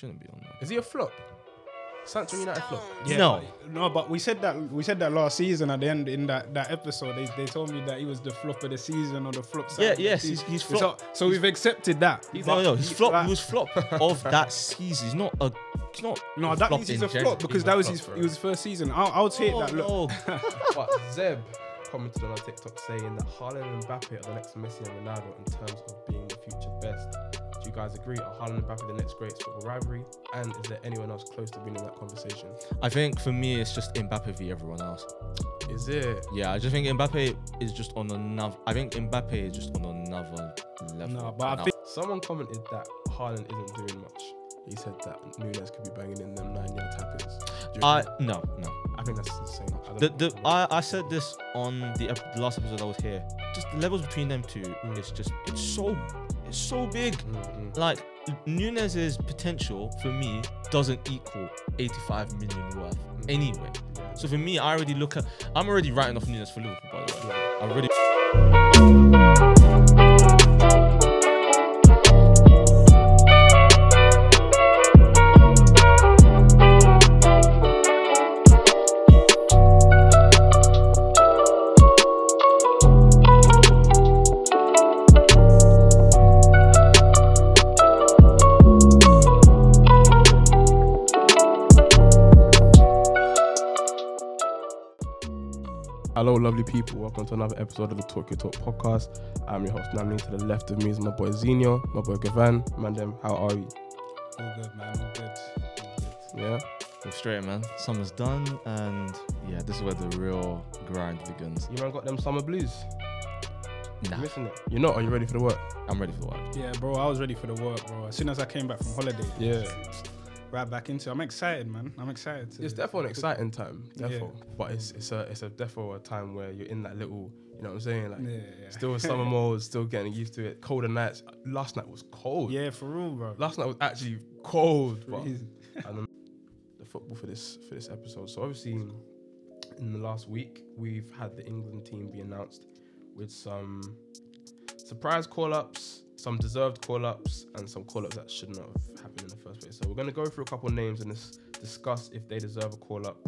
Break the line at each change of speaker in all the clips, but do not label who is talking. Shouldn't be on there.
Is he a flop? Sancho United flop.
Yeah,
No.
but- no, but we said that we said that last season at the end in that, that episode. They, they told me that he was the flop of the season or the flop. side
Yeah,
of the
yes,
season.
he's- he's
So-
flop.
So, we've accepted that.
No,
but
no, he's
he-
flop.
like-
He was flop of that season. He's not a. He's not.
no, that means he's a flop because that was his, it was his first season. I'll, I'll take that. Look,
Oh, no.
But Zeb commented on our TikTok saying that Haaland and Mbappe are the next Messi and Ronaldo in terms of being the future best. Do you guys agree? Are Haaland and Mbappe the next greatest football rivalry? And is there anyone else close to winning that conversation?
I think for me, it's just Mbappe v everyone else.
Is it?
Yeah, I just think Mbappe is just on another. I think Mbappe is just on another level.
No, but I
now.
think-
Someone commented that Haaland isn't doing much. He said that Nunes could be banging in them nine-yard tackles. Do you
I
agree?
no no.
I think that's insane. I don't
The,
know.
the I, I said this on the, ep- the last episode I was here. Just the levels between them two.
Mm.
It's just it's so it's so big.
Mm, mm.
Like Nunez's potential for me doesn't equal 85 million worth anyway.
Yeah.
So for me, I already look at. I'm already writing off Nunes for Liverpool. By the way, I already.
Hello, lovely people. Welcome to another episode of the Talk Your Talk podcast. I'm your host, Namlin. To the left of me is my boy Zeno, my boy Gavan. Mandem, how are you?
all good, man. All good. All good.
Yeah?
Well, straight man. Summer's done, and yeah, this is where the real grind begins.
You man got them summer blues.
Nah,
You missing it? You're not? Are you ready for the work?
I'm ready for work.
Yeah, bro, I was ready for the work, bro. As soon as I came back from holiday,
Yeah.
right back into. it. I'm excited, man. I'm excited. to-
It's definitely an exciting time,
Yeah.
defo. But it's it's a it's a defo a time where you're in that little, you know what I'm saying? Like
Yeah, yeah.
still in summer mode, still getting used to it. Colder nights. Last night was cold.
yeah, for real, bro.
Last night was actually cold. But
Freezing.
the football for this for this episode. So obviously, in the last week, we've had the England team be announced with some surprise call-ups, some deserved call-ups, and some call-ups that should not have happened in the first place. So we're gonna go through a couple of names and dis- discuss if they deserve a call-up,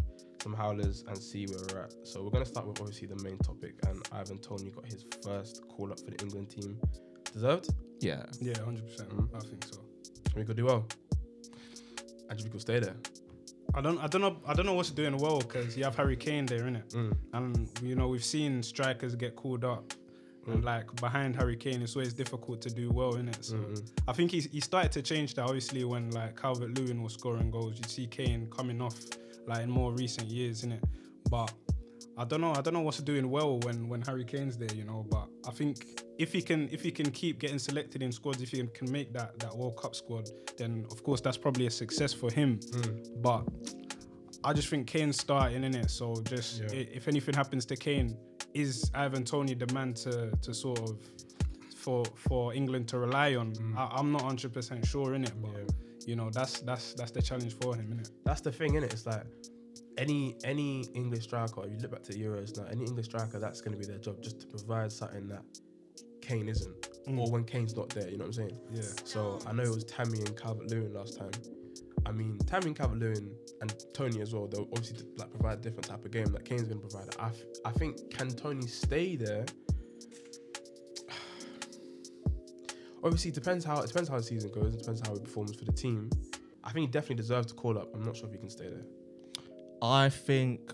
some howlers, and see where we're at. So we're gonna start with obviously the main topic, and Ivan Tony got his first call-up for the England team. Deserved?
Yeah.
Yeah, 100%.
Mm-hmm.
I think so.
We could do well. And we could stay there.
I don't, I don't know, I don't know what's doing well because you have Harry Kane there, innit? And you know we've seen strikers get called up, and like behind Harry Kane, it's always difficult to do well, innit? So I think he he started to change that. Obviously, when like Calvert Lewin was scoring goals, you'd see Kane coming off like in more recent years, innit? But I don't know, I don't know what's doing well when when Harry Kane's there, you know. But I think if he can if he can keep getting selected in squads, if he can make that that World Cup squad, then of course that's probably a success for him. But I just think Kane's starting in it, so just
Yeah.
i- if anything happens to Kane, is Ivan Tony the man to to sort of for for England to rely on? I, I'm not 100 percent sure in it, but
Mm. Yeah.
you know that's that's that's the challenge for him, innit?
that's the thing, innit? It's like any any English striker, if you look back to the Euros now, any English striker, that's gonna be their job, just to provide something that Kane isn't. Or when Kane's not there, you know what I'm saying?
Yeah.
So I know it was Tammy and Calvert Lewin last time. I mean Tammy and Calvert Lewin and Tony as well, they'll obviously like provide a different type of game that Kane's gonna provide. I, f- I think can Tony stay there? Obviously it depends how it depends how the season goes, it depends how he performs for the team. I think he definitely deserves to call up. I'm not sure if he can stay there.
I think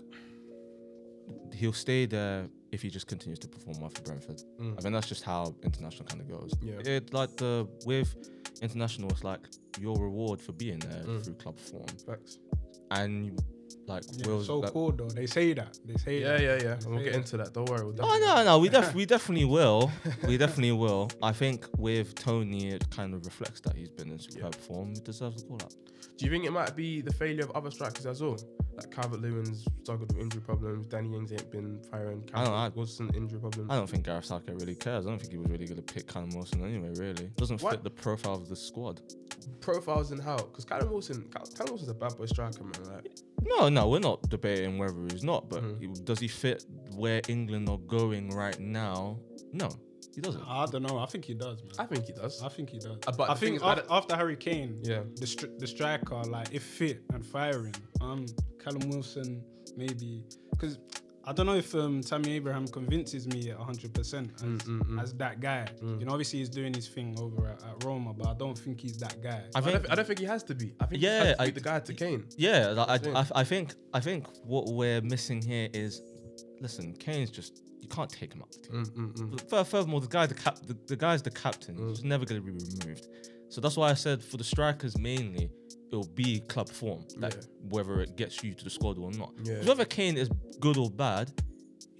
he'll stay there if he just continues to perform well for Brentford. I think that's just how international kind of goes.
Yeah.
It like the with international, it's like your reward for being there through club form,
Facts.
and you- like
Yeah,
will
so
like,
cool though. They say that. They say
Yeah,
that.
yeah, yeah. And we'll
Yeah.
get into that. Don't worry. We'll
Oh
definitely-
no, no, we def- we definitely will. We definitely will. I think with Tony, it kind of reflects that he's been in superb form. He deserves a call up.
Do you think it might be the failure of other strikers as well? Like Calvert Lewin's struggled with injury problems. Danny Ings ain't been firing.
I don't know, I-
Calvert Wilson injury problems.
I don't think Gareth Southgate really cares. I don't think he was really going to pick Callum Wilson anyway. Really, doesn't
What?
fit the profile of the squad.
Profiles and how? Because Callum Wilson, Cal- Callum Wilson's a bad boy striker, man. Like,
No, no, we're not debating whether he's not, but
Mhm.
he- does he fit where England are going right now? No. He doesn't.
I don't know. I think he does, man.
I think he does.
I think he does.
Uh, but
I
the thing
think
is, I
after,
don't-
after Harry Kane,
Yeah.
the stri- the striker like if fit and firing, um, Callum Wilson maybe because I don't know if um Tammy Abraham convinces me at 100 percent as
Mm,
as that guy. You know, obviously he's doing his thing over at, at Roma, but I don't think he's that guy.
I
I
think.
don't, I don't think he has to be. I think
Yeah,
he has to be
I-
the guy to Kane.
Yeah, like,
That's
I, I, I think. I think what we're missing here is, listen, Kane's just you can't take him out. the team.
Mm,
Fur- Furthermore, the guy, the cap, the, the guy's the captain. He's never going to be removed. So that's why I said for the strikers mainly, it'll be club form, like
Yeah.
whether it gets you to the squad or not. 'Cause
Yeah.
Whether Kane is good or bad,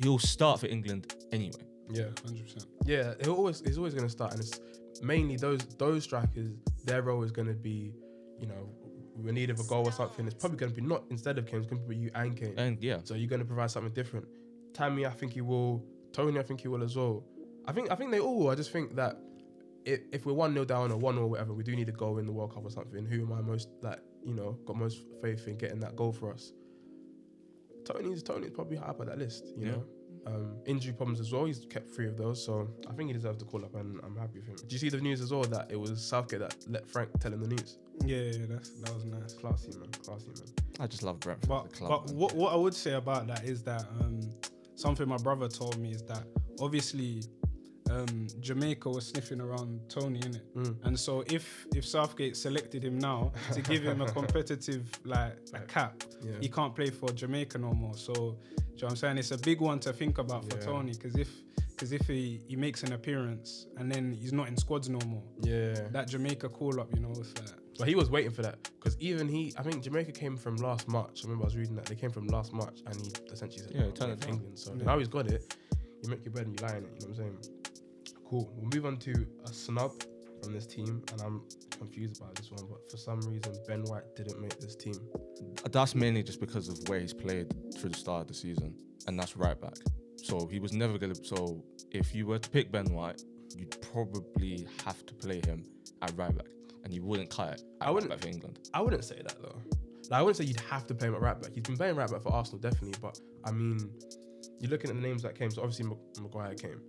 he'll start for England anyway.
Yeah,
100. percent
yeah. He always he's always gonna start, and it's mainly those those strikers. Their role is gonna be, you know, we're in need of a goal or something. It's probably gonna be not instead of Kane. It's gonna be you and Kane.
And yeah,
So you're gonna provide something different. Tammy, I think he will. Tony, I think he will as well. I think I think they all. will. I just think that if, if we're one 0 down or one or whatever, we do need a goal in the World Cup or something. Who am I most like? You know, got most faith in getting that goal for us. Tony's Tony's probably high up on that list. You
Yeah.
know, um, injury problems as well. He's kept three of those, so I think he deserves the call up, and I'm happy for him. Do you see the news as well that it was Southgate that let Frank tell him the news?
Yeah, yeah, that's that was nice.
Classy man, classy man.
I just love Brentford as a
But,
club.
but
man.
what, what I would say about that is that um, something my brother told me is that obviously um, Jamaica was sniffing around Tony in it,
Mm.
and so if if Southgate selected him now to give him a competitive like a cap,
Yeah.
he can't play for Jamaica no more. So do you know what I'm saying? It's a big one to think about for
Yeah.
Tony because if because if he, he makes an appearance and then he's not in squads no more,
Yeah.
that Jamaica call up, you know, it's like
But he was waiting for that because even he, I think Jamaica came from last March. I remember I was reading that they came from last March, and he essentially said,
Yeah,
"No,
he turned
I'm
it
going to England." So
Yeah.
now he's got it. You make your bed and you lie in it. You know what I'm saying? Cool. We'll move on to a snub from this team, and I'm confused about this one, but for some reason Ben White didn't make this team.
That's mainly just because of where he's played through the start of the season, and that's right back. So he was never gonna. So if you were to pick Ben White, you'd probably have to play him at right back, and you wouldn't cut it. At
I wouldn't-
Right back for England.
I wouldn't say that though. Like, I wouldn't say you'd have to play him at right back. He's been playing right back for Arsenal definitely, but I mean, you're looking at the names that came. So obviously Mag- Maguire came.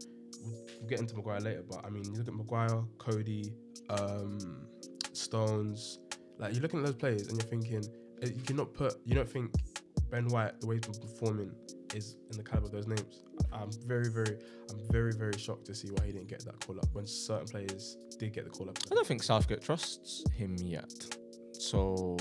We'll get into Maguire later, but I mean, you look at Maguire, Cody, um, Stones. Like you're looking at those players and you're thinking eh, you cannot put. You don't think Ben White the way he's been performing is in the caliber of those names. I'm very, very, I'm very, very shocked to see why he didn't get that call up when certain players did get the call up.
I don't think Southgate trusts him yet. So,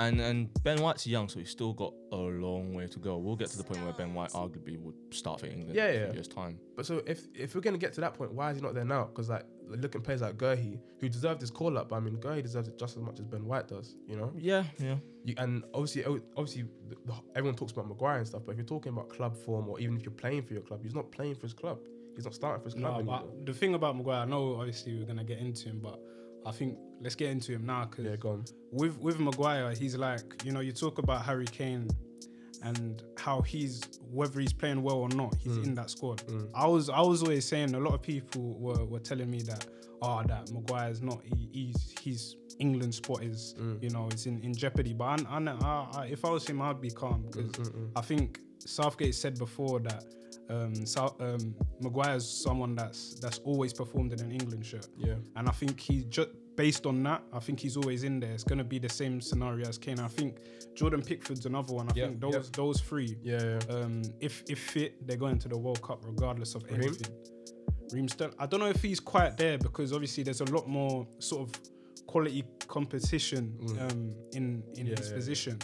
and and Ben White's young, so he's still got a long way to go. We'll get to the point where Ben White arguably would start for England
Yeah,
in a
yeah.
few years time.
But so if if we're gonna get to that point, why is he not there now? Because like looking players like Gurhi, who deserved his call up, but I mean Gurhi deserves it just as much as Ben White does, you know.
Yeah, yeah.
You, and obviously, o- obviously, the, the, everyone talks about Maguire and stuff, but if you're talking about club form or even if you're playing for your club, he's not playing for his club. He's not starting for his club
No,
anymore.
but the thing about Maguire, I know obviously we're gonna get into him, but I think let's get into him now because
Yeah, gone.
with with Maguire, he's like you know you talk about Harry Kane and how he's whether he's playing well or not, he's in that squad. I was I was always saying a lot of people were, were telling me that oh that Maguire's not he, he's he's England spot is you know it's in, in jeopardy. But I, I, know- I, I, if I was him, I'd be calm because I think Southgate said before that. Um, Sou- um, Maguire's someone that's that's always performed in an England shirt.
Yeah.
And I think he just based on that, I think he's always in there. It's gonna be the same scenario as Kane. I think Jordan Pickford's another one. I
Yeah,
think those
yeah.
those three,
Yeah, yeah.
um, if if fit, they're going to the World Cup regardless of
Raheem?
anything. Reem Sterling. I don't know if he's quite there because obviously there's a lot more sort of quality competition um, in in
Mm. Yeah,
his
yeah, yeah.
position.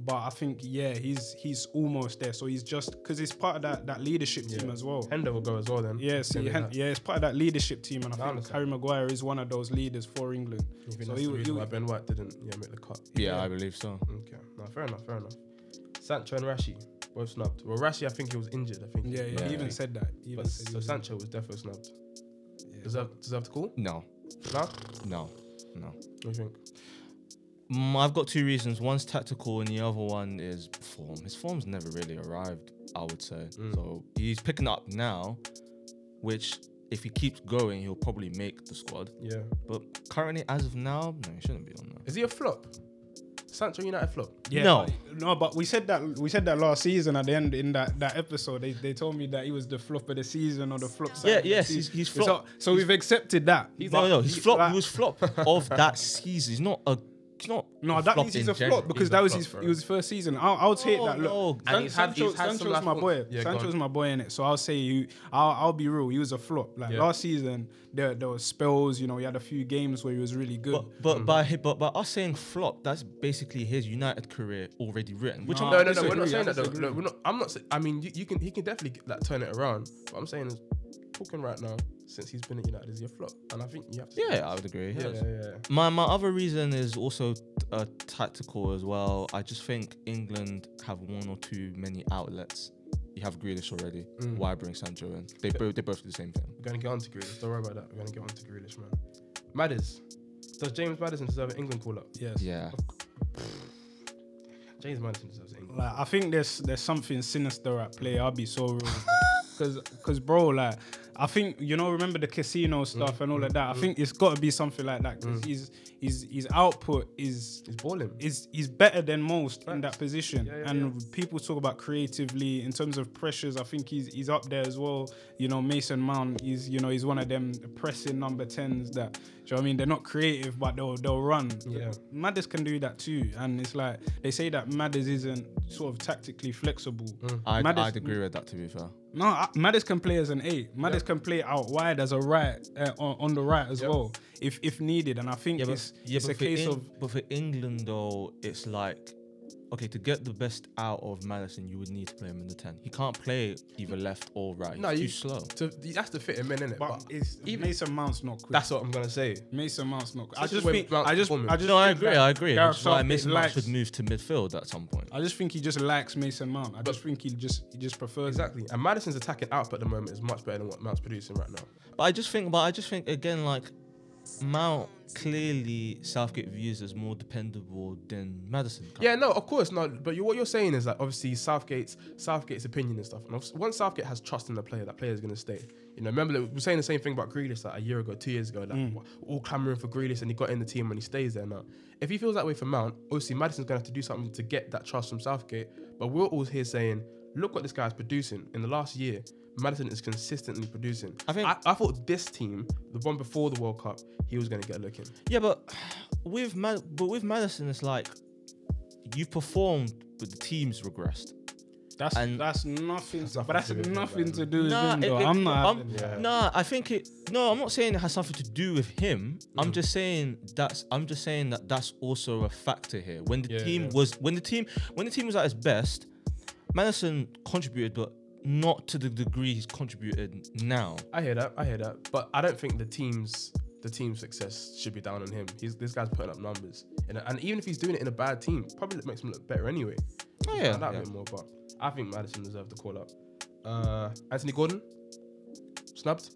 But I think yeah, he's he's almost there. So he's just because he's part of that that leadership team
Yeah.
as well.
Hendo will go as well then.
Oh. Yeah, see,
Maybe
Hen-
that-
yeah, it's part of that leadership team, and I think
understand.
Harry Maguire is one of those leaders for England.
You think
So
that's
he
the
would- he
reason
would-
why Ben White didn't yeah make the cut.
Yeah, I believe so.
Okay. No, fair enough. Fair enough. Sancho and Rashi both snubbed. Well, Rashi, I think he was injured. I think.
Yeah, yeah,
Yeah.
he even said that. He even
But
said he
so
was-
Sancho was definitely snubbed.
yeah.
Deserved, deserved to call?
No,
No? What
no, no.
do you think?
Mm, I've got two reasons. One's tactical, and the other one is form. His form's never really arrived, I would say.
Mm.
So he's picking up now, which if he keeps going, he'll probably make the squad.
Yeah.
But currently, as of now, no, he shouldn't be on there.
Is he a flop? Sancho United flop.
Yeah,
No.
but- no, but we said that we said that last season at the end in that, that episode. They, they told me that he was the flop of the season or the flop. side
Yeah,
of the
yes,
season.
he's- he's
So-
flop.
So, we've accepted that.
no, no, no, he's flop.
like-
he was flop of that season. He's not a. He's not.
no,
a
that
flop
means he's
in
a
general.
flop because
a
that was
flop,
his
bro.
it was his first season. I'll, I'll take
No,
that. Look,
no.
San-
And he's had-
Sancho,
he's had some
Sancho's
last
my
one.
boy.
Yeah, go on.
Sancho's my boy in it. So I'll say you. I'll, I'll be real. He was a flop. Like
Yeah.
last season, there there were spells. You know, he had a few games where he was really good.
But but by hi- but by us saying flop, that's basically his United career already written. Which
No,
I'm
No,
not
no, no. We're
disagree,
not saying
I
that. Though.
disagree.
No, we're not. I'm not. sa- I mean, you, you can. He can definitely get, like turn it around. But I'm saying is, talking right now, since he's been at United, is he a flop? And I think you have to.
Yeah, I would agree.
Yeah, yeah, yeah.
My my other reason is also uh, tactical as well. I just think England have one or two many outlets. You have Grealish already. Why bring Sancho in? They both they both do the same thing.
We're gonna get on to Grealish. Don't worry about that. We're gonna get on to Grealish, man. Madders. Does James Madison deserve an England call up?
yes.
Yeah.
James Madison deserves an England.
Like I think there's there's something sinister at play. I'll be so real. Cause, Cause, bro, like, I think you know. Remember the casino stuff and all of that. I think it's got to be something like that. Cause his his his output is
He's balling.
is is better than most in that position.
Yeah, yeah,
and people talk about creatively in terms of pressures. I think he's he's up there as well. You know, Mason Mount. He's you know he's one of them pressing number tens that. Do you know what I mean? They're not creative, but they'll they'll run.
Yeah.
Madders can do that too, and it's like they say that Madders isn't sort of tactically flexible.
Mm.
I
Madders-
I'd agree with that to be fair.
No, I- Madders can play as an eight. Madders can play out wide as a right uh, on, on the right as well, if if needed. And I think
Yeah, but,
it's
yeah,
it's
but
a
for
case
Eng-
of
but for England though, it's like okay to get the best out of Madison, you would need to play him in the ten. He can't play either left or right.
No,
He's
you
too slow.
To, that's the fit him in, innit?
but,
But
it's Mason Mount's not quick.
that's what I'm gonna say.
Mason Mount's not. I
Such a
just
way
think.
Mount's
I just.
performing.
I just
No, I
think
agree.
that
I agree.
Gareth
That's why I
Southgate
miss
likes-
should move to midfield at some point.
I just think he just likes Mason Mount. I just think he just he just prefers. that.
Exactly. And Madison's attacking output at the moment is much better than what Mount's producing right now.
But I just think, but I just think again, like Mount clearly Southgate views as more dependable than Madison. kind
Yeah, no, of course, no. But you, what you're saying is that obviously Southgate's Southgate's opinion and stuff. And obvi- once Southgate has trust in the player, that player is gonna stay. You know, remember that we were saying the same thing about Grealish like a year ago, two years ago, like all clamoring for Grealish, and he got in the team and he stays there now. If he feels that way for Mount, obviously Madison's gonna have to do something to get that trust from Southgate. But we're all here saying, look what this guy's producing in the last year. Madison is consistently producing. I
think-
I, I thought this team, the one before the World Cup, he was gonna get a look in.
Yeah, but with Mad- but with Madison, it's like you've performed, but the team's regressed.
That's
And-
that's nothing.
nothing
but that's
to do with him,
nothing
man.
to do with
Nah,
him.
it-
Though.
it-
I'm not.
I'm-
having it.
Yeah.
Nah, I think it. No, I'm not saying it has something to do with him. I'm just saying that's. I'm just saying that that's also a factor here. When the
Yeah,
team
yeah.
was, when the team, when the team was at its best, Madison contributed, but not to the degree he's contributed now.
I hear that. I hear that. But I don't think the team's the team's success should be down on him. He's this guy's putting up numbers, and, and even if he's doing it in a bad team, probably makes him look better anyway.
Oh,
We'll
yeah,
find out
yeah.
a bit more. But I think Madison deserved the call up. Uh, Anthony Gordon, snubbed.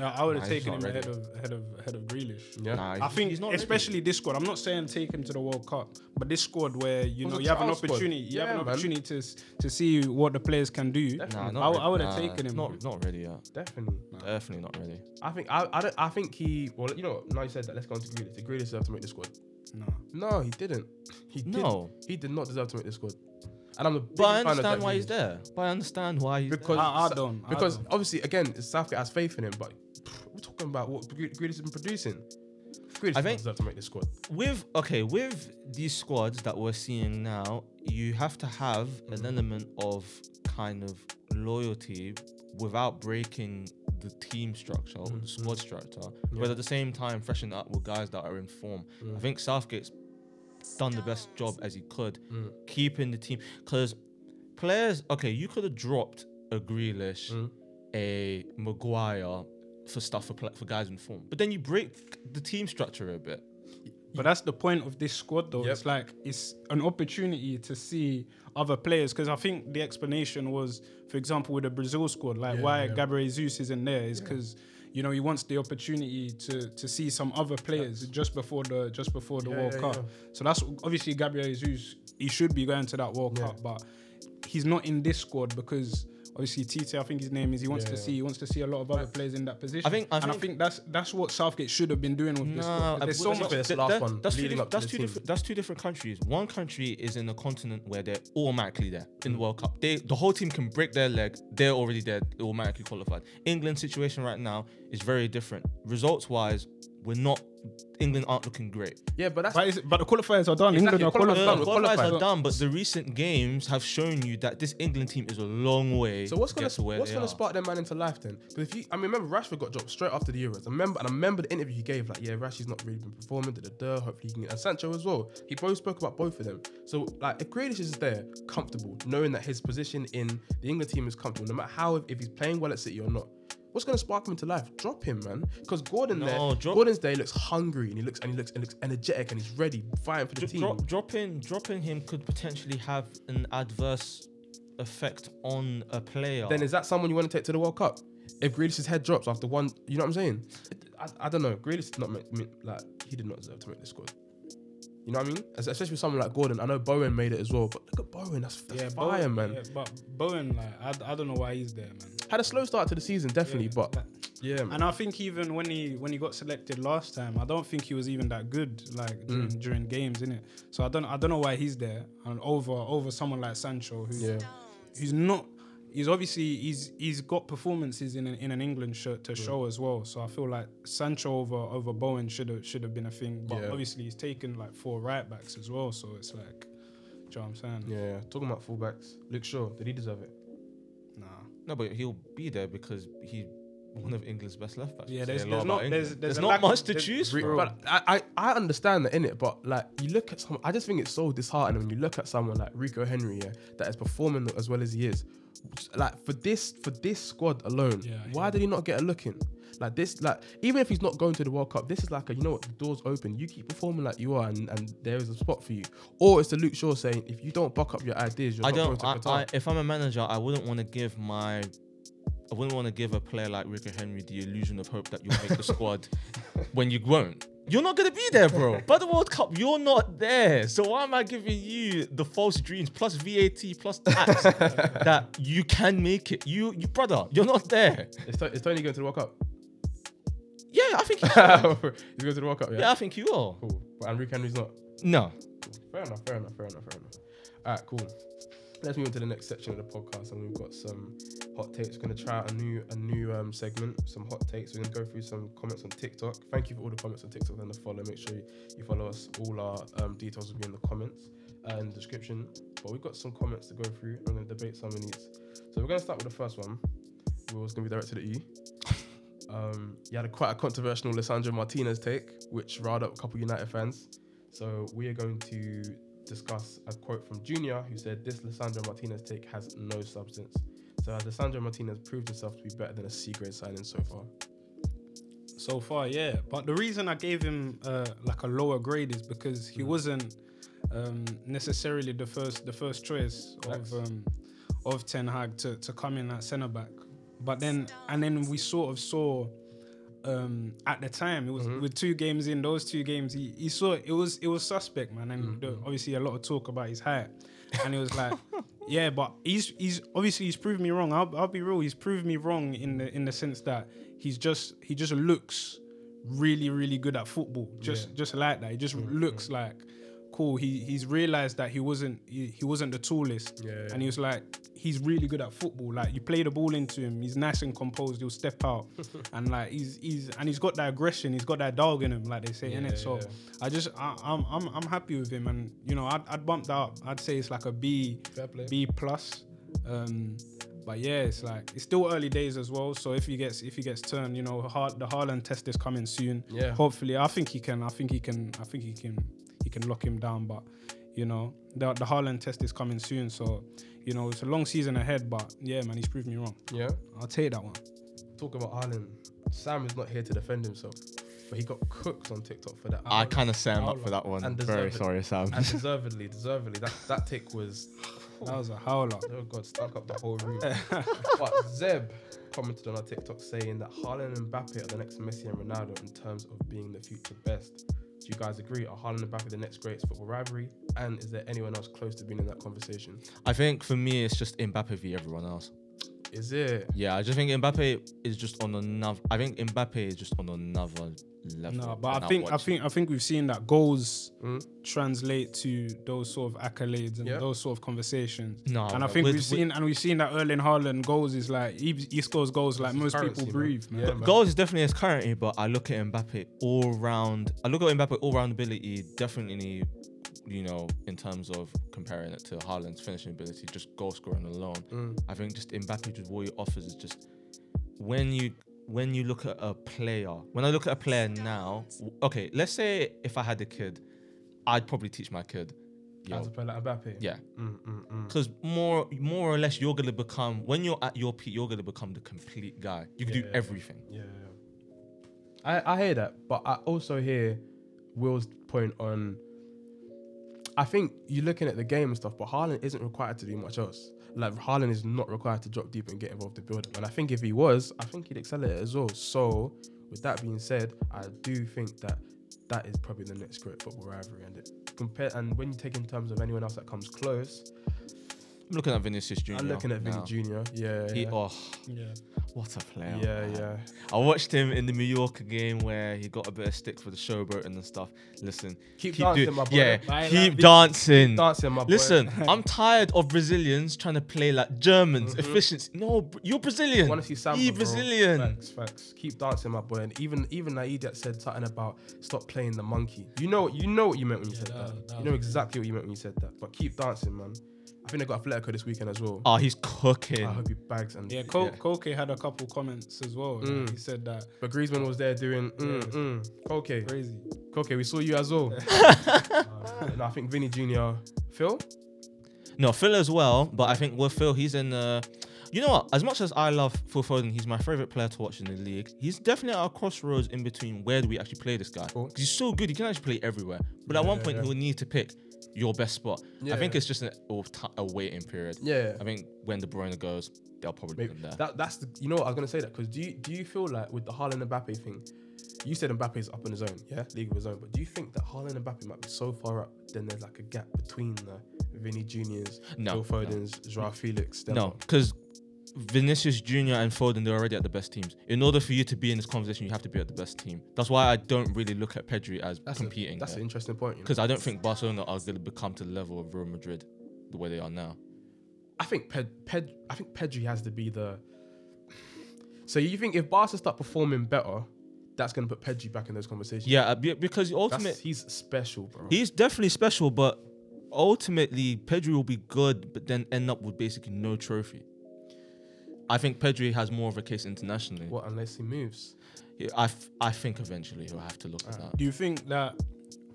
Uh, I would have
Nah, he's
taken him
not ready.
ahead of ahead of ahead of Grealish.
Yeah.
Nah,
I think,
he's not ready.
especially this squad. I'm not saying take him to the World Cup, but this squad where you
It was
know
a
you have an
trial squad.
opportunity, you
Yeah,
have an
man.
opportunity to s- to see what the players can do.
Nah,
Definitely.
not
I w-
re-
I would've
nah,
taken him.
Not, not ready yet.
Definitely.
Definitely not ready.
I think I, I don't I think he well you know what, now you said that let's go on to Grealish. Did Grealish deserve to make the squad?
No.
No, he didn't. He did.
No.
He did not deserve to make the squad. And I'm a big
But I
fan of
understand
that
why
move.
he's there. But I understand why he's
because
there.
I- I don't, I
because
don't.
obviously again it's Southgate has faith in him, but pff, we're talking about what Gre- Grealish has been producing. Grealish
I
I
think-
deserve to make this squad.
with okay with these squads that we're seeing now. You have to have an element of kind of loyalty without breaking the team structure or the squad structure, but at the same time freshen up with guys that are in form. I think Southgate's done the best job as he could keeping the team because players. Okay, you could have dropped a Grealish, a Maguire for stuff for pla- for guys in form, but then you break the team structure a bit.
But that's the point of this squad, though.
Yep.
It's like it's an opportunity to see other players because I think the explanation was, for example, with the Brazil squad, like why Gabriel Jesus isn't there is because you know he wants the opportunity to to see some other players just before the just before the
Yeah,
World
yeah,
Cup. So that's obviously Gabriel Jesus. He should be going to that World Cup, but he's not in this squad because obviously Tite, I think his name is. He wants
Yeah,
to
yeah.
see. He wants to see a lot of other players in that position.
I think- I
and I
think-
think that's that's what Southgate should have been doing with this.
No, I-
There's so
that's
much.
not- This
th-
last
that-
one,
That's two,
leading
dif-
up to
that's
this
two
team.
different. That's two different countries. One country is in a continent where they're automatically there in the World Cup. They the whole team can break their leg. They're already there, automatically qualified. England's situation right now is very different. Results wise, we're not. England aren't looking great.
Yeah, but that's
But, it's, but the qualifiers are done.
Exactly,
England are
qualifiers
qualified.
done.
The
we're
qualifiers
qualified.
are done, but the recent games have shown you that this England team is a long way.
So what's
to
gonna
get to where
what's
they
gonna
are.
spark their man into life then? Because if you, I mean, remember Rashford got dropped straight after the Euros. I remember, and I remember the interview he gave, like, yeah, Rashi's not really been performing. Da da da. Hopefully, he can. And Sancho as well. He both spoke about both of them. So like, if Grealish is there, comfortable, knowing that his position in the England team is comfortable, no matter how if, if he's playing well at City or not. What's gonna spark him into life? Drop him, man. Because Gordon there,
No, drop-
Gordon's there. He looks hungry and he looks and he looks and looks energetic and he's ready, fighting for the
Dro-
team.
dro- dropping dropping him could potentially have an adverse effect on a player.
then is that someone you want to take to the World Cup? If Grealish's head drops after one, you know what I'm saying? I, I don't know. Grealish did not make, me- like he did not deserve to make the squad. You know what I mean? As- Especially with someone like Gordon. I know Bowen made it as well, but look at Bowen. That's, that's
Yeah,
fire,
Bowen,
man.
yeah, but Bowen, like, I, I don't know why he's there, man.
Had a slow start to the season, definitely,
Yeah,
but
that-
yeah, man.
And I think even when he when he got selected last time, I don't think he was even that good like during,
Mm.
during games, innit? So I don't I don't know why he's there and over over someone like Sancho who's
Yeah.
who's not he's obviously he's he's got performances in an, in an England shirt to show as well. So I feel like Sancho over over Bowen should have should have been a thing, but
Yeah.
obviously he's taken like four right backs as well. So it's like, do you know what I'm saying?
Yeah, yeah. Talking about fullbacks, Luke Shaw, did he deserve it?
Nah.
No, but he'll be there because he's one of England's best left backs.
Yeah,
Say
there's-
a lot
there's
about
not-
England.
there's- there's a
not
lack-
much to
there's-
choose
Re-
from.
But I, I, I understand that in it, but like you look at some, I just think it's so disheartening when you look at someone like Rico Henry, yeah, that is performing as well as he is. Like for this, for this squad alone,
Yeah,
why
yeah.
did he not get a look in? Like this, like even if he's not going to the World Cup, this is like a you know what, the door's open. You keep performing like you are, and, and there is a spot for you. Or it's the Luke Shaw saying, if you don't buck up your ideas, you're
I
not
don't.
going
I,
to Qatar.
I, if I'm a manager, I wouldn't want to give my. I wouldn't want to give a player like Ricky Henry the illusion of hope that you'll make the squad when you won't. You're not gonna be there, bro. By the World Cup, you're not there. So why am I giving you the false dreams plus VAT plus tax that you can make it? You, you brother, you're not there.
Is, Tony, is Tony going to the World Cup?
Yeah, I think.
he's going to the World Cup, yeah.
Yeah, I think you are.
Cool. But and Rico Henry's not.
No,
Fair enough, fair enough, fair enough, fair enough. All right, cool. Let's move on to the next section of the podcast, and we've got some hot takes. We're gonna try out a new a new um, segment, some hot takes. We're gonna go through some comments on TikTok. Thank you for all the comments on TikTok and the follow. Make sure you, you follow us. All our um, details will be in the comments uh, in the description. But we've got some comments to go through. I'm gonna debate some of these. So we're gonna start with the first one. Will's gonna be directed at you. Um, you had a quite a controversial Lissandro Martinez take, which riled up a couple United fans. So we are going to discuss a quote from Junior who said, This Lissandro Martinez take has no substance. So has Lissandro Martinez proved himself to be better than a C grade signing so far?
So far, yeah. But the reason I gave him uh, like a lower grade is because he wasn't um, necessarily the first the first choice
Facts.
of um, of Ten Hag to, to come in at centre back. But then and then we sort of saw um, at the time it was with two games in those two games he, he saw it was it was suspect man and there was obviously a lot of talk about his height and it was like yeah but he's he's obviously he's proved me wrong I'll, I'll be real he's proved me wrong in the in the sense that he's just he just looks really really good at football just just like that he just looks like cool he he's realized that he wasn't he, he wasn't the tallest
Yeah, yeah.
and he was like he's really good at football like you play the ball into him he's nice and composed he'll step out and like he's he's and he's got that aggression he's got that dog in him like they say in
Yeah,
it so
yeah.
i just I, i'm i'm i'm happy with him and you know i'd, I'd bump that up i'd say it's like a b
Fair play.
b plus um but yeah, it's like it's still early days as well. So if he gets if he gets turned, you know, Har- the Haaland test is coming soon.
Yeah.
Hopefully, I think he can. I think he can. I think he can. He can lock him down. But you know, the the Haaland test is coming soon. So you know, it's a long season ahead. But yeah, man, he's proved me wrong.
Yeah.
I'll take that one.
Talk about Ireland. Sam is not here to defend himself, but he got cooked on TikTok for that.
Um,
I kind of Sam up
Howler.
for that one.
And
Very
deserve it.
sorry, Sam.
and deservedly, deservedly, that that tick was
That was a howler.
Oh god, stunk up the whole room. but Zeb commented on our TikTok saying that Haaland and Mbappe are the next Messi and Ronaldo in terms of being the future best. Do you guys agree? Are Haaland and Mbappe the next greatest football rivalry? And is there anyone else close to being in that conversation?
I think for me, it's just Mbappe v everyone else.
Is it?
Yeah, I just think Mbappe is just on another. I think Mbappe is just on another level.
No, but I
than
think I
watch.
think I think we've seen that goals
Mm.
translate to those sort of accolades and
Yeah.
those sort of conversations.
No,
Oh,
and I
no,
think
with-
we've seen and we've seen that Erling Haaland goals is like he, he scores goals like
It's
most
currency,
people
man.
breathe, man.
Yeah, man.
Goals is definitely his currency, but I look at Mbappe all round. I look at Mbappe all round ability, definitely, you know, in terms of comparing it to Haaland's finishing ability, just goal scoring alone.
Mm.
I think just Mbappe, just what he offers is just when you when you look at a player. When I look at a player now, w- okay, let's say if I had a kid, I'd probably teach my kid.
How
Yo,
to play like Mbappe.
yeah,
Mm, mm, mm.
because more more or less you're gonna become when you're at your peak, you're gonna become the complete guy. You can
Yeah,
do
yeah, yeah.
everything.
Yeah. I, I hear that, but I also hear Will's point on. I think you're looking at the game and stuff, but Haaland isn't required to do much else. Like Haaland is not required to drop deep and get involved in building. And I think if he was, I think he'd excel at it as well. So, with that being said, I do think that that is probably the next great football rivalry. And it compare and when you take in terms of anyone else that comes close,
I'm looking at Vinicius Jr.
I'm looking at Vinny
now.
Junior. Yeah,
He,
yeah,
oh,
Yeah.
what a player!
yeah,
man.
yeah.
I watched him in the Mallorca game where he got a bit of stick for the showboat and stuff. Listen, keep
Keep, dancing,
doing,
my boy.
yeah,
Baila,
keep
bitch.
dancing.
dancing, my boy.
Mm. Listen, I'm tired of Brazilians trying to play like Germans.
Mm-hmm.
Efficiency. No, br- you're Brazilian.
want to see Samba,
Be
bro.
Brazilian.
Facts, facts. Keep dancing, my boy. And even even Naidia said something about stop playing the monkey. You know, you know what you meant when you
Yeah,
said that.
that was- that
you
was
know
good.
exactly what you meant when you said that. But keep dancing, man. I think they got Atletico this weekend as well.
Oh, he's
I
cooking.
hope he bags and
Yeah, Ko- Koke had a couple comments as well. like,
Mm.
he said that
But Griezmann was there doing mm,
Yeah.
mm. Okay,
crazy.
okay, we saw you as well. and I think Vinny Junior, Phil.
No, Phil as well, but I think with Phil, he's in the. You know what? As much as I love Phil Foden, he's my favorite player to watch in the league. He's definitely at a crossroads in between where do we actually play this guy?
Cool.
'Cause he's so good, he can actually play everywhere. But at
Yeah,
one
yeah,
point,
yeah.
he'll need to pick your best spot.
Yeah,
I think
yeah.
it's just an, a t- a waiting period.
Yeah.
I think when De Bruyne goes, they'll probably
Maybe
put him there.
that that's the, you know what I was gonna say that because do you do you feel like with the Haaland and Mbappe thing, you said Mbappe's up on his own, yeah, league of his own, but do you think that Haaland and Mbappe might be so far up then there's like a gap between the Vinny Juniors,
No,
Phil Foden's, Joao Felix, them
no,
lot?
because Vinicius Junior and Foden they're already at the best teams. In order for you to be in this conversation, you have to be at the best team. That's why I don't really look at Pedri as
That's a-
competing.
that's
there.
an interesting point. You know?
because I don't think Barcelona are going to become to the level of Real Madrid the way they are now.
I think Ped, Ped I think Pedri has to be the. So you think if Barca start performing better, that's gonna put Pedri back in those conversations?
Yeah, uh, be- because
that's,
ultimately
he's special, bro.
he's definitely special, but ultimately Pedri will be good, but then end up with basically no trophy. I think Pedri has more of a case internationally.
what unless he moves?
I, f- I think eventually he'll have to look
Uh-huh.
at that.
Do you think that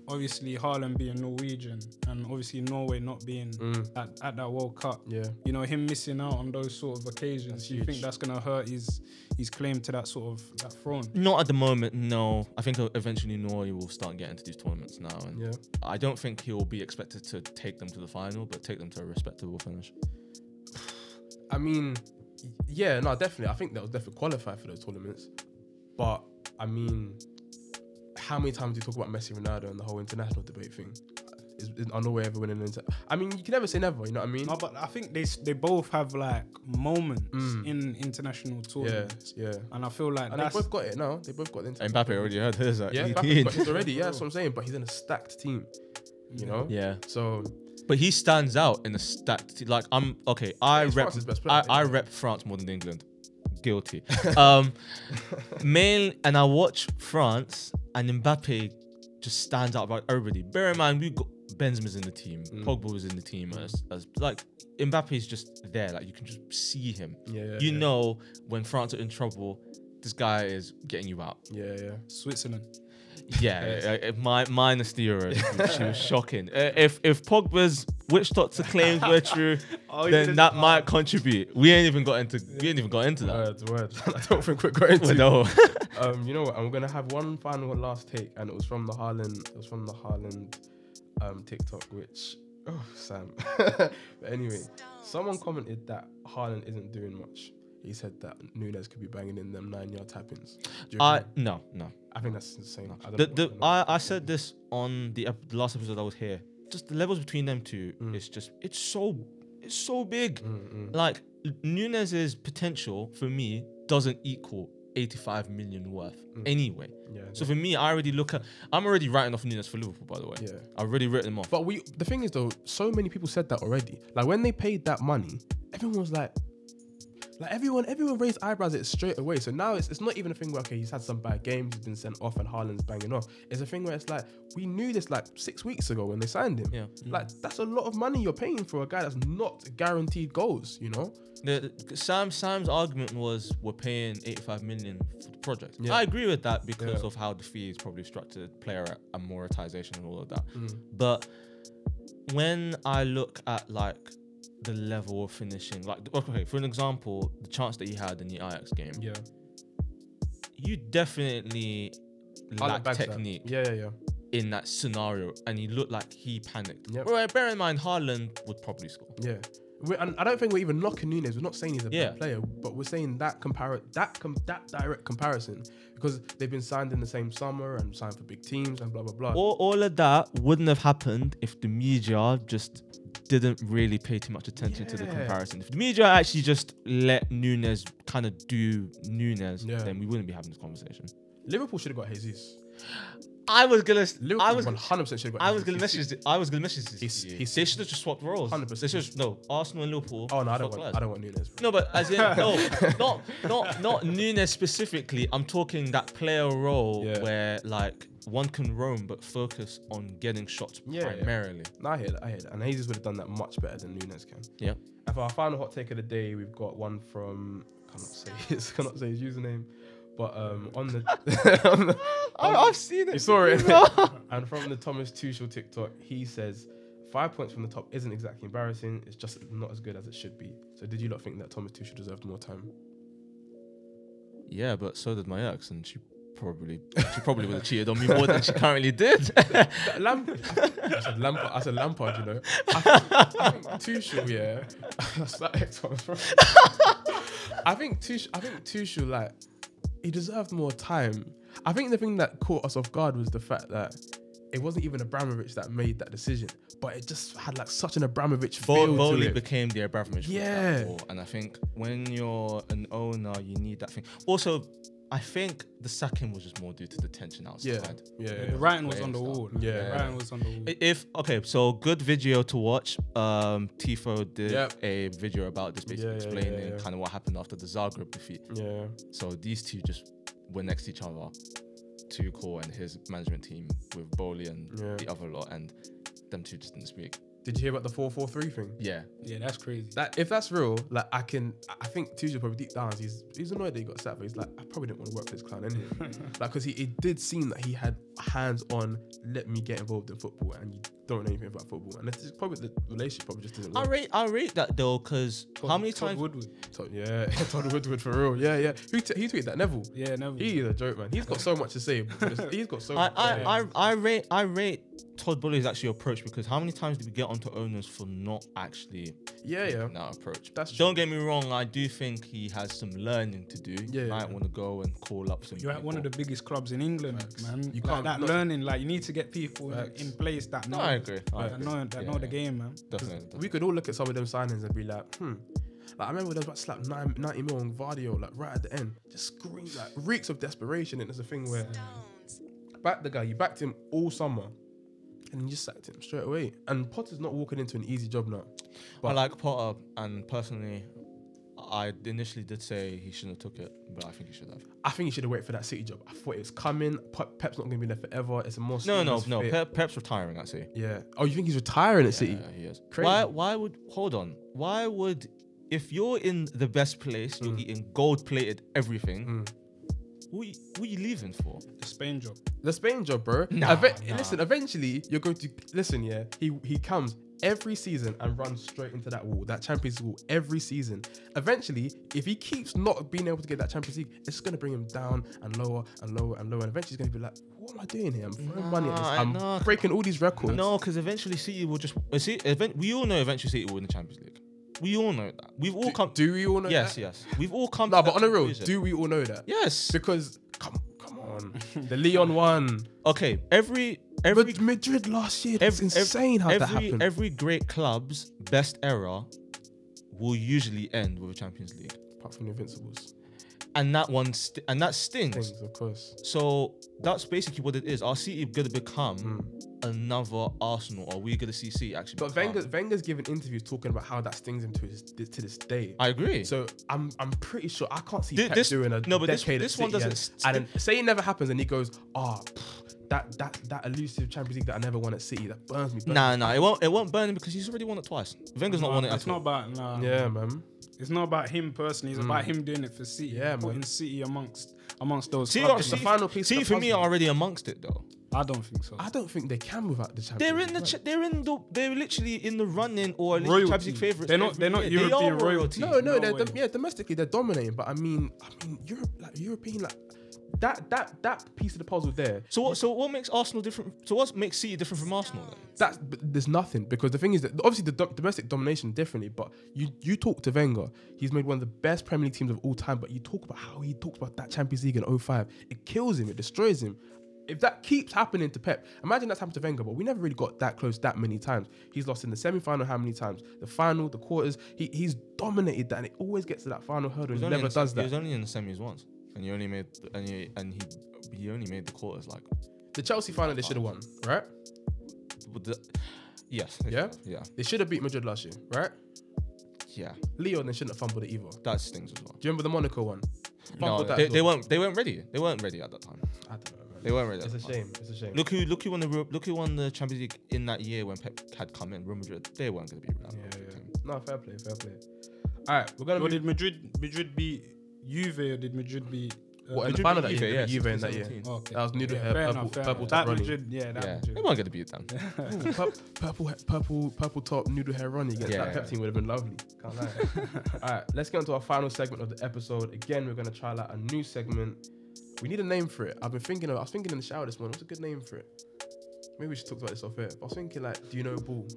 obviously Haaland being Norwegian and obviously Norway not being
Mm.
at, at that World Cup,
Yeah.
you know, him missing out on those sort of occasions,
That's
do you
huge.
think that's gonna hurt his his claim to that sort of that throne?
Mm.
Not at the moment, no. I think uh, eventually Norway will start getting to these tournaments now, and
Yeah.
I don't think he'll be expected to take them to the final, but take them to a respectable finish.
I mean, yeah, no, definitely. I think they'll definitely qualify for those tournaments. But I mean, how many times do you talk about Messi, Ronaldo, and the whole international debate thing? Is, is Underway ever winning? an Inter- I mean, you can never say never. You know what I mean?
No, but I think they s- they both have like moments in international
Mm. yeah,
tournaments,
yeah.
and I feel like
And they
that's
both got it now. They both got the international.
Mbappe already had his.
Yeah,
actually.
Mbappe's got his already. Yeah, that's what I'm saying. But he's in a stacked team. You know.
yeah.
So
But he stands out in a stacked. Like I'm okay. I
he's
rep.
France's best player,
I,
isn't
I
he?
rep France more than England. Guilty. um, main and I watch France and Mbappe just stands out about everybody. Bear in mind we got Benzema's in the team,
Mm.
Pogba was in the team. As, as like Mbappe is just there. Like you can just see him.
Yeah, yeah,
you
yeah.
know when France are in trouble, this guy is getting you out.
yeah, yeah.
Switzerland.
Yeah, uh, uh, my, minus the Euros, which was shocking. Uh, if if Pogba's witch doctor claims were true,
Oh, he
then
didn't-
that might contribute. We ain't even got into we ain't even got into that.
Word, word. I don't think we're going to.
no,
um, you know what? I'm gonna have one final last take, and it was from the Haaland. It was from the Haaland um, TikTok, which oh Sam. but anyway, someone commented that Haaland isn't doing much. He said that Nunes could be banging in them nine-yard tappings.
I Uh, no no.
I think that's insane. I, don't
The,
know
the,
what's going on.
I, I said this on the ep- last episode I was
Mm.
here. Just the levels between them two. It's just it's so it's so big. Like Nunez's potential for me doesn't equal 85 million worth anyway.
Mm. Yeah.
So for me, I already look at. I'm already writing off Nunes for Liverpool, by the way.
Yeah.
I've already written him off.
But we, the thing is though, so many people said that already. Like when they paid that money, everyone was like, like everyone, everyone raised eyebrows at it straight away. So now it's, it's not even a thing where okay, he's had some bad games, he's been sent off, and Haaland's banging off. It's a thing where it's like we knew this like six weeks ago when they signed him.
Yeah.
Like that's a lot of money you're paying for a guy that's not guaranteed goals. You know.
The, the- Sam Sam's argument was we're paying 85 million for the project.
Yeah.
I agree with that because
Yeah.
of how the fee is probably structured, player amortization and all of that.
Mm.
But when I look at like the level of finishing, like okay, for an example, the chance that he had in the Ajax game,
Yeah.
you definitely lack
bags that.
technique
Yeah, yeah, yeah.
in that scenario, and he looked like he panicked.
Yep.
Well, bear in mind, Haaland would probably score.
Yeah. We're, and I don't think we're even knocking Nunes. We're not saying he's a
Yeah.
bad player, but we're saying that compar that com- that direct comparison because they've been signed in the same summer and signed for big teams and blah blah blah.
all, all of that wouldn't have happened if the media just didn't really pay too much attention to the
Yeah.
comparison. If the media actually just let Nunes kind of do Nunes,
Yeah.
then we wouldn't be having this conversation.
Liverpool should have got Jesus.
I was gonna, I
Liverpool
was,
one hundred percent should have got.
I was gonna
Jesus.
message, I was gonna message this.
He's-
to you.
he's-
they should have just swapped roles.
100%.
They should no Arsenal and Liverpool.
Oh no, I
swapped
don't want.
lives.
I don't want Nunes. bro.
No, but as in no, not not not Nunes specifically. I'm talking that player role
Yeah.
where like one can roam but focus on getting shots
Yeah, yeah.
primarily.
No, I hear that. I hear that. And Jesus would have done that much better than Nunes can.
Yeah.
And for our final hot take of the day, we've got one from cannot say his cannot say his username, but um on the, on the
I, I've seen it.
You saw it.
No.
and from the Thomas Tuchel TikTok, he says five points from the top isn't exactly embarrassing. It's just not as good as it should be. So did you not think that Thomas Tuchel deserved more time?
yeah, but so did my ex, and she probably she probably would have cheated on me more than she currently did.
Lamp- I said Lampard. I said Lampard. You know, I think, I think Tuchel. Yeah, that's that X one. bro. I think Tuchel. I think Tuchel. Like, he deserved more time. I think the thing that caught us off guard was the fact that it wasn't even Abramovich that made that decision, but it just had like such an Abramovich
Bo-
feel to
Bowley
it.
became the Abramovich. with that
Yeah.
role, and I think when you're an owner, you need that thing. Also, I think the sacking was just more due to the tension
yeah,
outside.
yeah,
The
yeah.
writing was
Way
on the
and stuff.
wall.
Yeah.
The writing was on the wall.
I- If okay, so good video to watch. Um, Tifo did
Yep.
a video about this, basically
Yeah, yeah, yeah,
explaining
yeah.
kind of what happened after the Zagreb defeat.
yeah.
So these two just were next to each other, Tuchel and his management team with Bowley and
Yeah.
the other lot, and them two just didn't speak.
Did you hear about the four four three thing?
Yeah,
Yeah, that's crazy.
That if that's real, like I can, I think Tuchel probably deep down he's he's annoyed that he got sacked, but he's like I probably didn't want to work for this clown anyway. like because he it did seem that he had hands on. Let me get involved in football, and you don't know anything about football, and it's probably the relationship probably just didn't
I
work.
rate I rate that though, cause how many
Todd
times?
Woodward.
So, yeah, Todd Woodward for real. Yeah, yeah. Who t- he tweeted that Neville.
Yeah, never.
He is a joke, man. He's got so much to say. He's got so.
I,
much to say.
I, I, I rate I rate Todd Bowley's actually approach because how many times do we get onto owners for not actually
yeah, yeah.
taking that approach?
That's
Don't get me wrong, I do think he has some learning to do.
Yeah,
Yeah,
yeah,
might
yeah.
want to go and call up some.
You're at one of the
people.
biggest clubs in England, man.
You
You
can't-
can't that
no.
learning. Like you need to get people in-
Facts.
in place that know.
No, I agree. I
That
agree.
know, that
Yeah,
know
yeah.
the game, man.
Definitely.
we could all look at some of them signings and be like, hmm. Like I remember they was about to slap nine, 90 mil on Vardio, like right at the end. Just screams like reeks of desperation. And there's a thing where back the guy, you backed him all summer, and you just sacked him straight away. And Potter's not walking into an easy job now.
I like Potter, and personally, I initially did say he shouldn't have took it, but I think he should have.
I think he should have waited for that City job. I thought it was coming. Pe- Pep's not gonna be there forever. It's a more
No, no,
seamless
no.
fit.
Pep, Pep's retiring. I see.
Yeah. Oh, you think he's retiring at City?
Yeah, Uh, he is.
Crazy.
Why? Why would? Hold on. Why would? If you're in the best place, you're
Mm.
eating gold-plated everything. What, you, what you leaving for?
The Spain job.
The Spain job, bro.
Nah,
Eve-
nah.
Listen, eventually you're going to listen. Yeah, he he comes every season and runs straight into that wall, that Champions League wall every season. Eventually, if he keeps not being able to get that Champions League, it's going to bring him down and lower and lower and lower. And eventually, he's going to be like, "What am I doing here? I'm throwing money at this.
Nah,
I'm
nah.
breaking all these records."
No, because eventually City will just. uh, See, event, we all know eventually City will win the Champions League. We all know that. We've all come.
do we all know?
yes,
that?
yes. We've all come.
No,
to
but
that
on the real,
conclusion.
do we all know that?
Yes.
Because come come on, the Leon one,
Okay. Every every
Mad- Madrid last year. It's
ev-
insane how
every,
that happened.
Every great club's best era will usually end with a Champions League,
apart from the Invincibles.
and that one st- and that stings.
Things, of course.
So that's basically what it is. Our City going to become
Hmm.
another Arsenal, or we're going to see City actually.
But
become-
Wenger, Wenger's given interviews talking about how that stings him to his, to this day.
I agree.
so I'm I'm pretty sure I can't see
Thi-
Pep
this-
doing a
no, but this-
decade at
this one
City
doesn't
and-
st-
And, then say it never happens, and he goes, ah, pff, that that that elusive Champions League that I never won at City that burns me. burns
nah, nah, it won't. It won't burn him because he's already won it twice. Wenger's not won it
It's
at
not
all.
about nah,
me." Yeah, man.
It's not about him personally. It's about him doing it for City.
Yeah, man.
putting City amongst amongst those.
See,
clubs.
the
see-
final piece of
see,
the
for me,
puzzle.
are already amongst it though.
I don't think so.
I don't think they can without the Champions.
They're in
League,
the,
man.
ch- they're in the, they're literally in the running or at least
Royalty.
Champions League favourites.
They're not-
every
they're not
year. They are
European royalty.
No, no,
No
they're,
way.
dom- yeah, domestically they're dominating, but I mean, I mean, Europe, like European, like that, that, that piece of the puzzle there.
So what? So what makes Arsenal different? So what makes City different from Arsenal then?
That's but there's nothing because the thing is that obviously the dom- domestic domination differently, but you you talk to Wenger, he's made one of the best Premier League teams of all time. But you talk about how he talks about that Champions League in 05. it kills him, it destroys him. If that keeps happening to Pep, imagine that's happened to Wenger, but we never really got that close that many times. He's lost in the semi-final how many times? The final, the quarters. He, he's dominated that, and it always gets to that final hurdle.
He
and never does that.
He was only in the semis once, and he only made and he and he he only made the quarters like.
The Chelsea final they should have won, right?
with the- yes.
Yeah?
Yeah.
They should have beat Madrid last year, right?
Yeah.
Leon they shouldn't have fumbled it either. Do
That stings as well.
you remember the Monaco one?
No,
Fumbled that
they,
as
they
well.
weren't. They weren't ready. They weren't ready at that time.
I don't know, man.
They weren't ready. at
It's a
that time.
shame. It's a shame.
Look who look who won the Real- look who won the Champions League in that year when Pep had come in. Real Madrid. They weren't going to be Real
yeah,
Madrid.
yeah.
team.
No, fair play, fair play. All right, we're gonna
Well,
be
did Madrid Madrid beat Juve or did Madrid beat? uh,
what in the
Madrid
final
beat Juve,
that year? they beat
yeah,
Juve in that year.
16-17.
Okay.
That was noodle
Yeah,
hair,
fair
purple,
enough, fair
purple
enough.
top
That
running.
Madrid, yeah, that
Yeah. They
Madrid.
weren't going to beat them.
Oh, Pur- purple, he- purple, purple top noodle hair running. Against
Yeah.
that Pep team would have been lovely. Can't lie. All right, let's get into our final segment of the episode. Again, we're gonna try out a new segment. We need a name for it. I've been thinking. Of, I was thinking in the shower this morning. What's a good name for it? Maybe we should talk about this off air. But I was thinking like, do you know ball?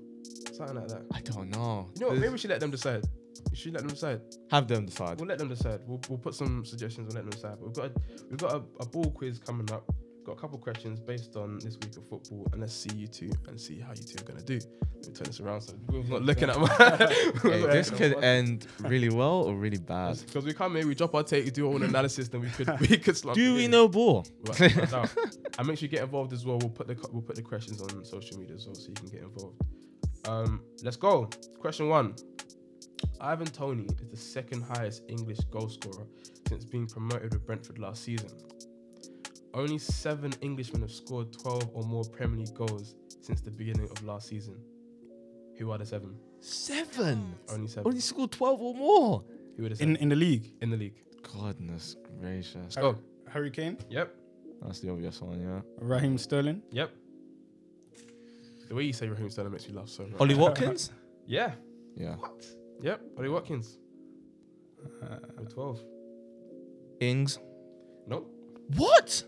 Something like that.
I don't know.
You know, what, maybe we should let them decide. We should let them decide.
Have them decide.
We'll let them decide. We'll, we'll put some suggestions. We'll let them decide. But we've got a, we've got a, a ball quiz coming up. We've got a couple questions based on this week of football, and let's see you two and see how you two are gonna do. Let me turn this around so we're not looking at
Hey,
my.
this could end really well or really bad.
because we can't maybe we drop our take, we do our own analysis, then we could we could slump.
Do
it
we
in.
know ball?
But I doubt. and make sure you get involved as well. We'll put the co- we'll put the questions on social media as well, so you can get involved. Um, let's go. Question one: Ivan Tony is the second highest English goal scorer since being promoted with Brentford last season. Only seven Englishmen have scored twelve or more Premier League goals since the beginning of last season. Who are the seven?
Seven.
Only seven.
Only scored twelve or more.
Who are the seven
In
in,
in the league.
the league?
Goodness gracious.
Go.
Harry Kane,
Yep.
That's the obvious one, yeah.
Raheem Sterling.
Yep. The way you say Raheem Sterling makes me laugh so much.
Ollie Watkins?
Yeah.
yeah.
What? Yep, Ollie Watkins.
Uh,
With 12.
Ings.
Nope.
What?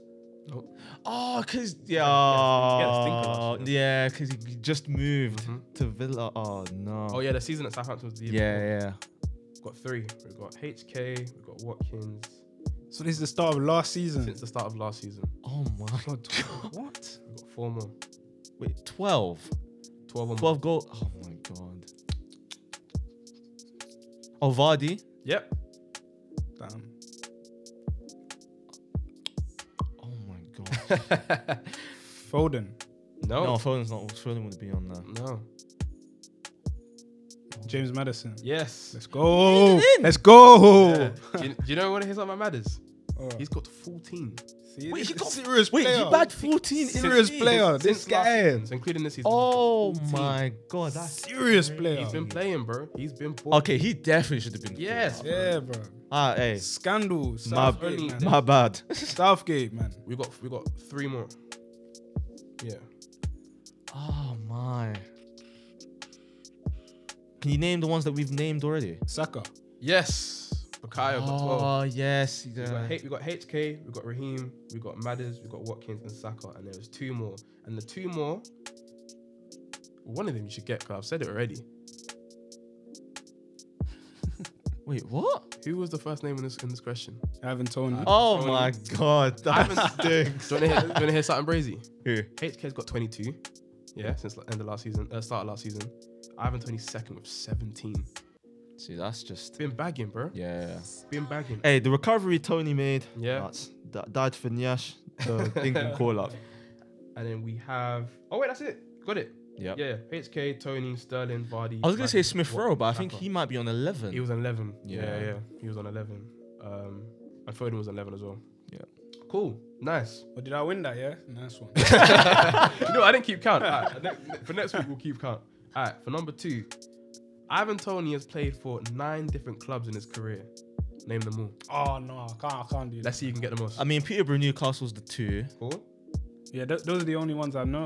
Nope.
Oh, cause
Yeah,
yeah,
yeah, stinker
yeah, cause he just moved
Mm-hmm.
Mhm.
to Villa. Oh no.
Oh, yeah, the season at Southampton was the
Yeah,
year
yeah.
We've got three. We've got HK, we've got Watkins
So this is the start of last season.
since the start of last season.
Oh my god.
What?
We've got four more.
Wait, 12.
12 on
12 goal. Oh my god. Oh, Vardy.
Yep.
Damn.
Oh my god.
Foden,
No,
no.
Foden's not. Foden would be on there.
No.
James Madison.
Yes.
Let's go.
He's in.
Let's go.
Yeah. do, you, do you know what it is on my matters?
Alright.
He's got 14.
See,
Wait,
this
he
is
got
serious
Wait,
player.
he bagged 14
serious
in the league.
player. This
Since last
guy.
season, so including this season.
Oh my god. That's
Serious player.
He's been playing, bro. He's been balling.
okay. He definitely should have been.
Yes.
Yeah, bro.
Ah, hey.
Scandal.
My,
Southgate, man.
my bad.
Southgate, man.
We got we got three more. Yeah.
Oh my. Can you name the ones that we've named already?
Saka.
Yes. Bukayo got 12.
Oh yes.
We got,
Yeah.
H- we got HK, we got Raheem, we got Madders, we got Watkins and Saka, and there was two more. And the two more, one of them you should get because I've said it already.
Wait, what?
Who was the first name in this in this question?
Ivan Tony.
Oh
Tony.
my god. That stinks.
Do you want to hear, something brazy?
Who?
HK's got 22. Yeah, since the end of last season, uh, start of last season. Ivan 22nd with 17.
See, that's just
Been bagging, bro.
yeah.
Been bagging.
Hey, the recovery Tony made.
Yeah.
Nuts. D- died for Nyash, the England call up.
And then we have. Oh wait, that's it. Got it.
Yep.
Yeah, yeah. HK, Tony, Sterling, Vardy.
I was gonna say
Matic,
Smith
Wa-
Rowe, but I think
Saka.
he might be on eleven.
He was on 11. Yeah, yeah.
Yeah.
He was on 11. Um, and Foden was on 11 as well.
Yeah.
Cool. Nice.
But Oh, did I win that? Yeah, nice one.
no, I didn't keep count. Alright, ne- for next week, we'll keep count. All right. For number two, Ivan Tony has played for nine different clubs in his career. Name them all.
oh no, I can't. I can't do that.
Let's see who can get the most.
I mean, Peterborough, Newcastle's the two.
cool.
Yeah, th- those are the only ones I know.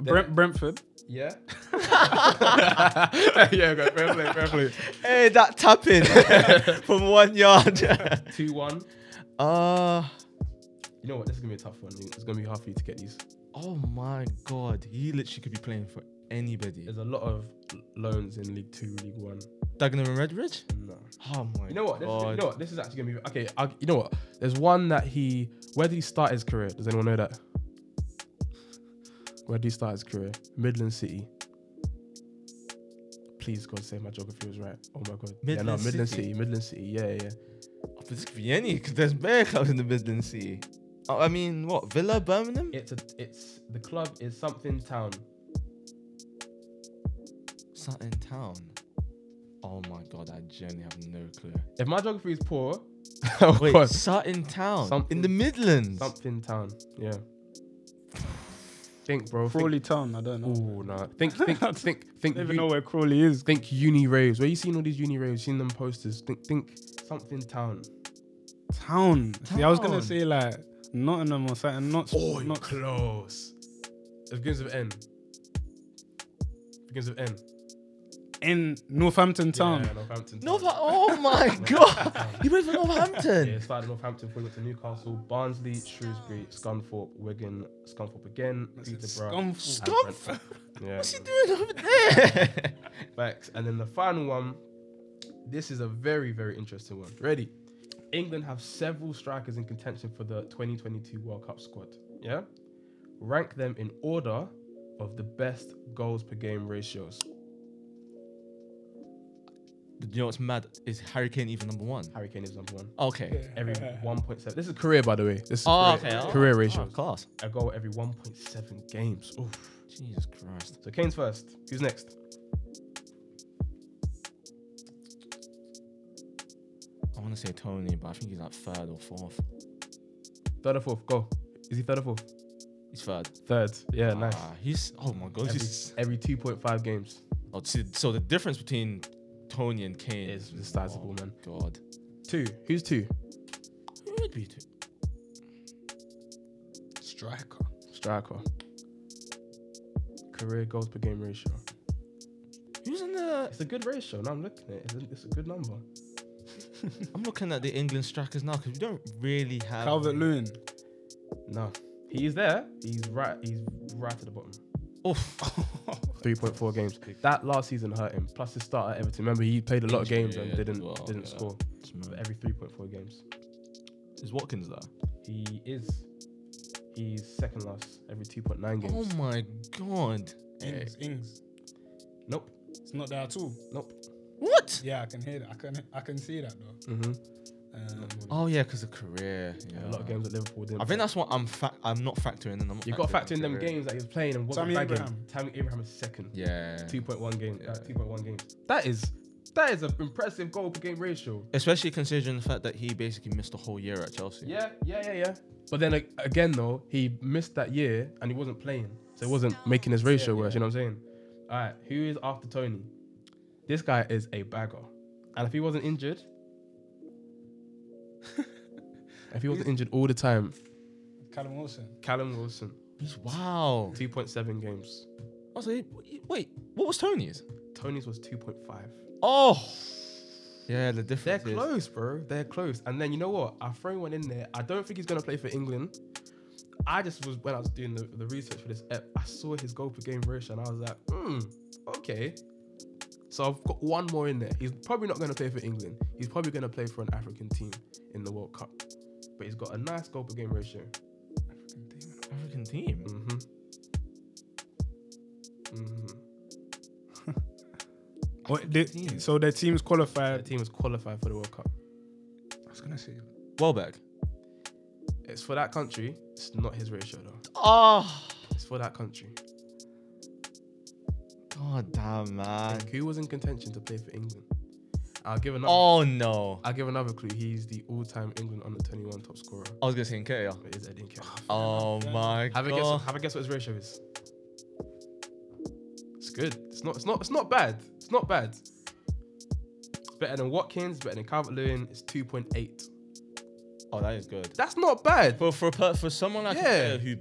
Brent- Brentford.
Yeah. yeah. Go, fair play. Fair play.
Hey, that tapping from one yard.
Two one.
uh
You know what? This is gonna be a tough one. It's gonna be hard for you to get these.
oh my god, he literally could be playing for anybody.
There's a lot of loans in League Two, League One.
Dagenham and Redbridge.
No.
Oh my.
You know what? This,
god.
is, you know what? This is actually gonna be okay. i you know what? There's one that he. Where did he start his career? Does anyone know that? Where did he start his career? Midland City. Please God, say my geography was right. Oh my God. yeah, no,
Midland
Midland
City.
City. Midland City. Yeah, yeah. yeah.
But this could be any because there's bear clubs in the Midlands City. Oh, I mean, what Villa, Birmingham?
It's a, it's the club is something town.
Something town. Oh my god, I genuinely have no clue.
If my geography is poor, of
Wait,
course.
Sutton Town in
Something-
the Midlands.
Something town. Yeah. Think, bro. Think,
Crawley Town. I don't know.
oh no. Think, think, think, think.
I don't even
you-
know where Crawley is.
Think uni raves. Where you seen all these uni raves? Seen them posters. Think think something town.
Town. See, I was gonna
Town.
say like Nottingham or something. Not. not
close. It begins with N. Begins with N.
in Northampton Town.
Yeah, Northampton.
North.
town.
Oh my god, he played for Northampton.
Yeah, it started Northampton, fully went to Newcastle, Barnsley, Shrewsbury, Scunthorpe, Wigan, Scunthorpe again,
It's
Peterborough.
Scunthorpe.
and
Scunthorpe?
Brentford. Yeah.
What's he doing over there?
Facts. And then the final one. This is a very, very interesting one. Ready? England have several strikers in contention for the 2022 World Cup squad. Yeah? Rank them in order of the best goals per game ratios.
you know what's mad? Is Harry Kane even number one?
Harry Kane is number one.
Okay.
Every 1.7. This is career, by the way. This is
Oh,
career,
okay. oh,
career
oh,
ratios.
class.
A goal every 1.7 games. Oof.
Jesus Christ.
So Kane's first. Who's next?
I want to say Tony, but I think he's like third or fourth.
Third or fourth? Go. Is he third or fourth?
He's third.
Third. Yeah, nice.
Ah, he's oh my god.
Every,
He's,
every 2.5 games.
oh, see, so the difference between Tony and Kane oh
It's- it's sizable, man.
God.
Two. Who's two?
Who would be two?
Striker.
Striker. Career goals per game ratio.
Who's in the?
It's a good ratio. Now I'm looking at it. It's a, it's a good number.
I'm looking at the England strikers now because we don't really have.
Calvert Lewin.
No. He's there. He's right. He's right to the bottom.
Oof.
3.4 games. That last season hurt him. Plus his start at Everton. Remember, he played a lot of
Injury,
games and
yeah,
didn't
as well,
didn't
yeah.
score. But every 3.4 games,
Is Watkins there?
he is he's second last every 2.9 games.
Oh my god.
Ings. Ings.
Nope.
It's not there at all.
Nope.
What?
Yeah, I can hear that. I can. I can see that though.
Mm-hmm.
Um,
Oh yeah, because of career. Yeah.
A lot of games at Liverpool. Didn't
I think that's what I'm fa- I'm not factoring in. I'm not
You've got
factoring
to factor in them
career.
games that he was playing and wasn't
Tammy
bagging.
Abraham.
Tammy Abraham is second.
Yeah.
2.1 games.
Yeah.
Uh, 2.1 games. That is that is an impressive goal per game ratio.
Especially considering the fact that he basically missed the whole year at Chelsea.
Yeah, yeah, yeah, yeah. But then like, again though, he missed that year and he wasn't playing. So he wasn't making his ratio worse, you know what I'm saying? All right, who is after Tony? This guy is a bagger. And if he wasn't injured, if he wasn't injured all the time,
Callum Wilson.
Callum Wilson,
He's- Wow.
2.7 games.
I was like, wait, what was Tony's?
Tony's was 2.5.
Oh. Yeah, the
They're
difference. is-
close, bro. They're close. And then you know what? I throw one in there. I don't think he's gonna play for England. I just was when I was doing the, the research for this ep, I saw his goal per game ratio and I was like, hmm, okay. So I've got one more in there. He's probably not gonna play for England. He's probably gonna play for an African team in the World Cup. But he's got a nice goal per game ratio.
African team.
Mm-hmm. Mm-hmm.
Or they,
Team.
so their team's
The
qualified.
team was qualified for the World Cup.
I was gonna say
Welbeck.
It's for that country. It's not his ratio though.
Oh,
It's for that country.
god damn, man.
Like, who was in contention to play for England? I'll give another.
Oh no.
I'll give another clue. He's the all-time England under 21 top scorer.
I was gonna say Nketiah.
But it is Eddie Nketiah.
Oh my
Have a
god.
guess. Have a guess what his ratio is. It's good. It's not. It's not. It's not bad. It's not bad. It's better than Watkins. Better than Calvert Lewin. It's two point eight.
Oh, that is good.
That's not bad.
But for a per- for someone like
Yeah.
Nketiah who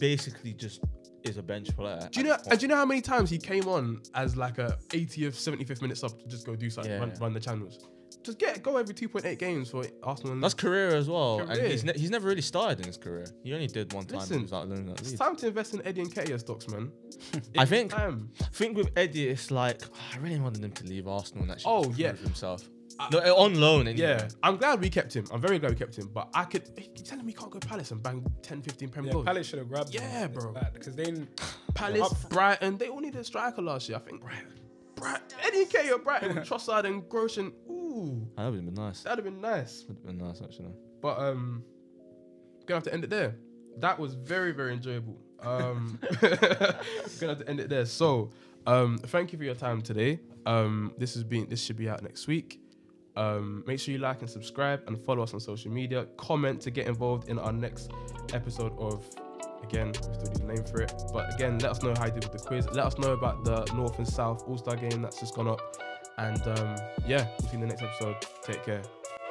basically just is a bench player.
Do you know? And do you know how many times he came on as like a 80th, 75th minute sub to just go do something,
Yeah.
run, run the channels. Just get go every 2.8 games for Arsenal. and-
that's career as well, and
Career.
he's ne- he's never really started in his career. He only did one time.
Listen,
he was out loaning at
it's
Leeds.
time to invest in Eddie and Nketiah stocks, man.
I
It's
think-
time.
I think with Eddie, it's like I really wanted him to leave Arsenal and actually
Oh,
just
yeah.
prove himself.
I-
no, on loan. Anyway.
Yeah, I'm glad we kept him. I'm very glad we kept him. But I could. You telling me he can't go Palace and bang 10, 15 Prem
yeah,
goals?
Palace should have grabbed.
oh. Yeah, bro.
Because they didn't-
Palace,
Up
Brighton, they all needed a striker last year. I think Brighton, Brighton, Eddie K or Brighton, with Trossard and Grosjean. Ooh,
Ah, that would have been nice. That
that'd have been nice.
would have been nice actually.
But um, gonna have to end it there. That was very very enjoyable. Um, gonna have to end it there. So um, thank you for your time today. Um, this has been this should be out next week. Um, make sure you like and subscribe and follow us on social media. Comment to get involved in our next episode of. Again, we still need a name for it. But again, let us know how you did with the quiz. Let us know about the North and South All Star game that's just gone up. And um, yeah, we'll see you in the next episode. Take care.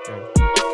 Bye.